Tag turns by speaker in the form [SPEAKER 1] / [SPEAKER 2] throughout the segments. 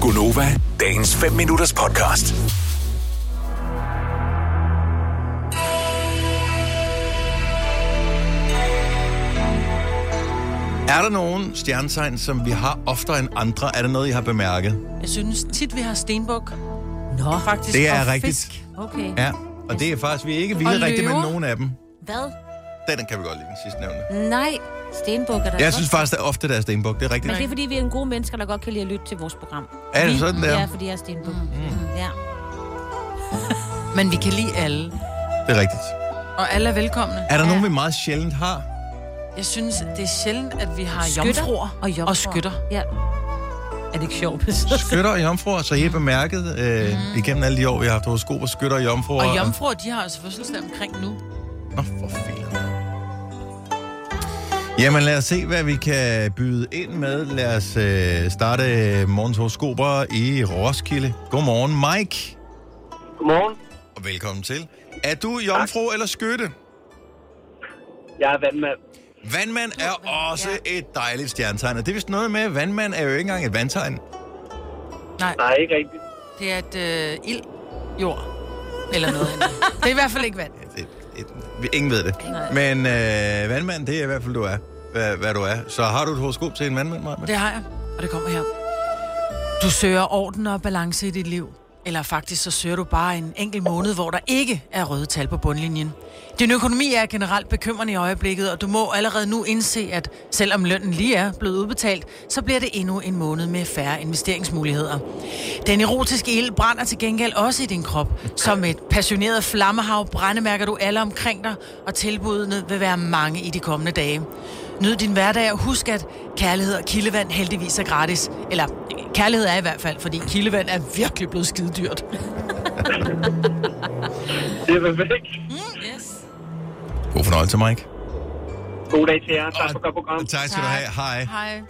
[SPEAKER 1] Gunova, dagens 5 minutters podcast.
[SPEAKER 2] Er der nogen stjernetegn, som vi har oftere end andre? Er der noget, I har bemærket?
[SPEAKER 3] Jeg synes tit, vi har stenbuk. Nå, faktisk.
[SPEAKER 2] Det er
[SPEAKER 3] og
[SPEAKER 2] rigtigt.
[SPEAKER 3] Fisk.
[SPEAKER 4] Okay. Ja.
[SPEAKER 2] Ja, og det er faktisk, vi er ikke vilde
[SPEAKER 3] Og
[SPEAKER 2] rigtigt med
[SPEAKER 3] løver?
[SPEAKER 2] nogen af dem.
[SPEAKER 4] Hvad?
[SPEAKER 2] Den den kan vi godt lide, den sidste nævne.
[SPEAKER 4] Nej, stenbukker der.
[SPEAKER 2] Jeg synes faktisk, at ofte der er stenbuk. Det er rigtigt.
[SPEAKER 4] Men det er, fordi vi er en gode mennesker, der godt kan lide at lytte til vores program.
[SPEAKER 2] Er det sådan der?
[SPEAKER 4] Ja, fordi jeg er stenbuk. Mm. Ja.
[SPEAKER 3] Men vi kan lide alle.
[SPEAKER 2] Det er rigtigt.
[SPEAKER 3] Og alle er velkomne.
[SPEAKER 2] Er der nogen, vi meget sjældent har?
[SPEAKER 3] Jeg synes, det er sjældent, at vi har
[SPEAKER 4] Skytter
[SPEAKER 3] jomfruer
[SPEAKER 4] og jomfruer.
[SPEAKER 3] og skytter.
[SPEAKER 4] Ja. Er det ikke sjovt? Hvis
[SPEAKER 2] Skytter og jomfruer, så I har bemærket øh, igennem alle de år, vi har haft horoskoper, skytter og jomfruer.
[SPEAKER 3] Og jomfruer, de har altså fødselsdag omkring nu.
[SPEAKER 2] Nå, for filan. Jamen lad os se, hvad vi kan byde ind med. Lad os øh, starte morgens horoskoper i Roskilde. Godmorgen, Mike.
[SPEAKER 5] Godmorgen.
[SPEAKER 2] Og velkommen til. Er du jomfru eller skytte?
[SPEAKER 5] Jeg er vandmand.
[SPEAKER 2] Vandmand er også et dejligt stjernetegn, og det er vist noget med, at vandmand er jo ikke engang et vandtegn.
[SPEAKER 3] Nej,
[SPEAKER 5] Nej, ikke rigtigt.
[SPEAKER 3] det er et øh, ild, jord eller noget andet. Det er i hvert fald ikke vand.
[SPEAKER 2] Et, et, vi- ingen ved det. Men øh, vandmand, det er i hvert fald, du er. Hvad, hvad du er. Så har du et horoskop til en vandmand, Maja?
[SPEAKER 3] Det har jeg, og det kommer her. Du søger orden og balance i dit liv. Eller faktisk så søger du bare en enkelt måned, hvor der ikke er røde tal på bundlinjen. Din økonomi er generelt bekymrende i øjeblikket, og du må allerede nu indse, at selvom lønnen lige er blevet udbetalt, så bliver det endnu en måned med færre investeringsmuligheder. Den erotiske ild brænder til gengæld også i din krop. Som et passioneret flammehav brændemærker du alle omkring dig, og tilbudene vil være mange i de kommende dage. Nyd din hverdag og husk, at kærlighed og kildevand heldigvis er gratis. Eller øh, kærlighed er i hvert fald, fordi kildevand er virkelig blevet skide dyrt.
[SPEAKER 5] Det er perfekt.
[SPEAKER 2] God fornøjelse, Mike.
[SPEAKER 5] God dag til jer. Tak for et godt program.
[SPEAKER 2] Tak skal du have. Hej.
[SPEAKER 3] Hej.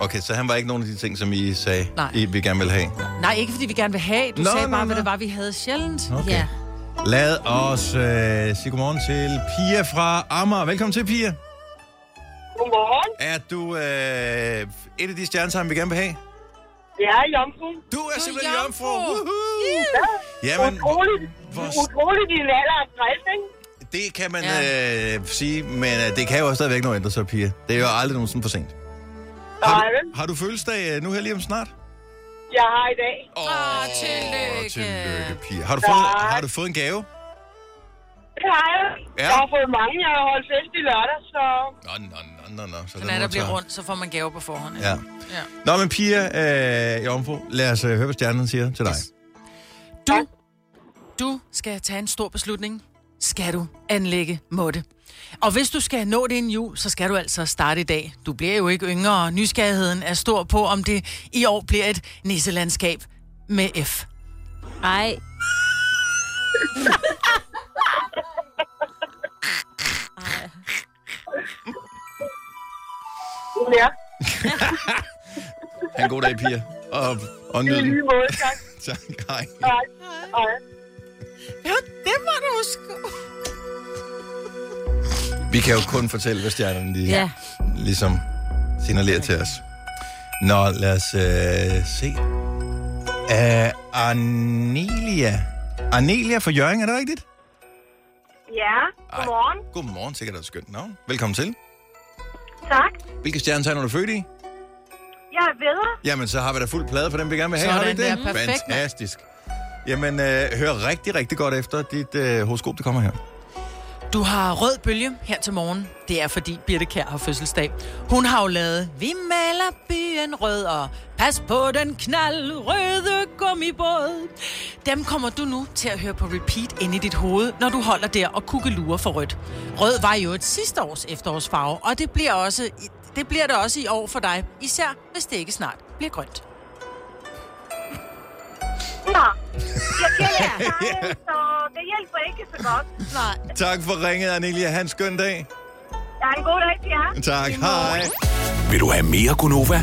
[SPEAKER 2] Okay, så han var ikke nogen af de ting, som I sagde,
[SPEAKER 3] Nej.
[SPEAKER 2] I vi gerne ville have.
[SPEAKER 3] Nej, ikke fordi vi gerne vil have. Du
[SPEAKER 2] Nå,
[SPEAKER 3] nå, sagde
[SPEAKER 2] nå,
[SPEAKER 3] bare,
[SPEAKER 2] nå.
[SPEAKER 3] hvad det var, vi havde sjældent.
[SPEAKER 2] Okay.
[SPEAKER 4] Ja.
[SPEAKER 2] Lad os øh, sige godmorgen til Pia fra Amager. Velkommen til, Pia.
[SPEAKER 6] Godmorgen.
[SPEAKER 2] Er du øh, et af de stjernetegn, vi gerne vil have?
[SPEAKER 6] Jeg er jomfru.
[SPEAKER 2] Du er simpelthen jomfru.
[SPEAKER 3] jomfru.
[SPEAKER 2] Woohoo! Jamen,
[SPEAKER 6] Utroligt.
[SPEAKER 2] hvor-
[SPEAKER 6] Utroligt i en alder af 60, ikke?
[SPEAKER 2] det kan man øh, sige, men øh, det kan jo også stadigvæk nå at ændre sig, Pia. Det er jo aldrig nogensinde for sent. Har
[SPEAKER 6] Nej, vel?
[SPEAKER 2] du, har du fødselsdag øh, nu her lige om snart?
[SPEAKER 6] Jeg har i dag.
[SPEAKER 2] Åh,
[SPEAKER 3] tillykke.
[SPEAKER 2] tillykke, Pia. Har du, fået,
[SPEAKER 6] Tak.
[SPEAKER 2] har du fået en gave?
[SPEAKER 6] Det har jeg.
[SPEAKER 2] Ja.
[SPEAKER 6] Jeg har fået mange. Jeg har holdt fest i lørdag, så...
[SPEAKER 2] Nå, nå, nå, nå, nå. Så
[SPEAKER 3] Når
[SPEAKER 2] må
[SPEAKER 3] der
[SPEAKER 2] du
[SPEAKER 3] bliver
[SPEAKER 2] tage.
[SPEAKER 3] rundt, så får man gaver på forhånd. ikke?
[SPEAKER 2] Ja.
[SPEAKER 3] ja.
[SPEAKER 2] Nå, men Pia, øh, Jomfru, lad os øh, høre, hvad stjernen siger til dig.
[SPEAKER 3] Du, du skal tage en stor beslutning. Skal du anlægge måtte? Og hvis du skal nå det inden jul, så skal du altså starte i dag. Du bliver jo ikke yngre, og nysgerrigheden er stor på, om det i år bliver et nisselandskab med F.
[SPEAKER 4] Ej.
[SPEAKER 6] Ja,
[SPEAKER 2] Ha' en god dag, Pia. Og, og
[SPEAKER 6] det
[SPEAKER 2] nyd
[SPEAKER 6] er
[SPEAKER 2] den.
[SPEAKER 6] lige måde. Tak.
[SPEAKER 2] Tak, hej.
[SPEAKER 6] Tak. Hej.
[SPEAKER 3] Ja, det må du huske.
[SPEAKER 2] Vi kan jo kun fortælle, hvad stjernerne lige,
[SPEAKER 4] Ja.
[SPEAKER 2] ligesom signalerer til os. Nå, lad os øh, se. Uh, Arnelia. Arnelia fra Jørgen, er det rigtigt?
[SPEAKER 6] Ja, godmorgen.
[SPEAKER 2] Ej, godmorgen, sikkert er det et skønt navn. Velkommen til.
[SPEAKER 6] Tak.
[SPEAKER 2] Hvilke stjernetegn er du født i?
[SPEAKER 6] Jeg er vedder.
[SPEAKER 2] Jamen, så har vi da fuld plade for dem, vi gerne vil have. har du
[SPEAKER 3] Sådan
[SPEAKER 2] ikke det?
[SPEAKER 3] der, perfekt, mand.
[SPEAKER 2] Fantastisk. Jamen, øh, hør rigtig, rigtig godt efter dit øh, horoskop, det kommer her.
[SPEAKER 3] Du har rød bølge her til morgen. Det er fordi Birte Kær har fødselsdag. Hun har jo lavet, vi maler byen rød og pas på den knaldrøde gummibåd. Dem kommer du nu til at høre på repeat inde i dit hoved, når du holder der og kukkelurer for rødt. Rød var jo et sidste års efterårsfarve, og det bliver, også, i- det bliver det også i år for dig. Især hvis det ikke snart bliver grønt.
[SPEAKER 6] Nå. Jeg kender jer sammen, så det hjælper ikke så godt.
[SPEAKER 4] Nej.
[SPEAKER 2] Tak for ringet, Arnelia. Ha' en skøn dag.
[SPEAKER 6] Jeg har en god dag til jer.
[SPEAKER 2] Tak, hej.
[SPEAKER 1] Vil du have mere Gunova?